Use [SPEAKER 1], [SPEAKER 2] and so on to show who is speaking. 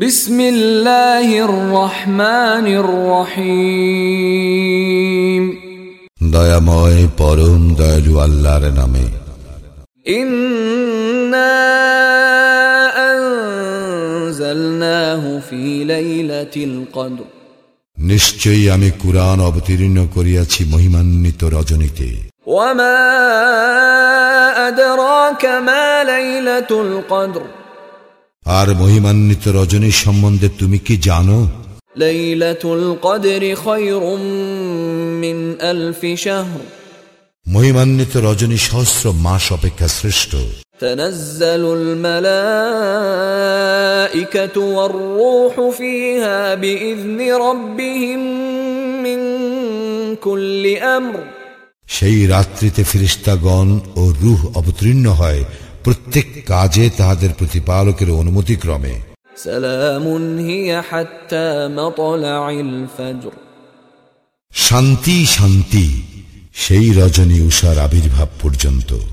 [SPEAKER 1] بسم الله الرحمن الرحيم
[SPEAKER 2] দয়াময় পরম দয়ালু আল্লাহর নামে
[SPEAKER 1] إنا أنزلناه في ليلة القدر
[SPEAKER 2] নিশ্চয়ই আমি কুরআন অবতীর্ণ করিয়াছি মহিমান্বিত রজনীতে
[SPEAKER 1] وما أدراك ما ليلة القدر
[SPEAKER 2] আর মহিমান্বিত রজনী সম্বন্ধে তুমি কি জানো
[SPEAKER 1] ليلة القدر خير من ألف شهر
[SPEAKER 2] মহিমান্বিত রজনী সহস্র মাস অপেক্ষা শ্রেষ্ঠ
[SPEAKER 1] تنزل الملائكة والروح فيها بإذن ربهم من كل أمر
[SPEAKER 2] সেই রাত্রিতে ফিরিস্তাগণ ও রুহ অবতীর্ণ হয় প্রত্যেক কাজে তাহাদের প্রতিপালকের অনুমতিক্রমে
[SPEAKER 1] سلام هي حتى مطلع الفجر
[SPEAKER 2] শান্তি শান্তি সেই রজনী উষার আবির্ভাব পর্যন্ত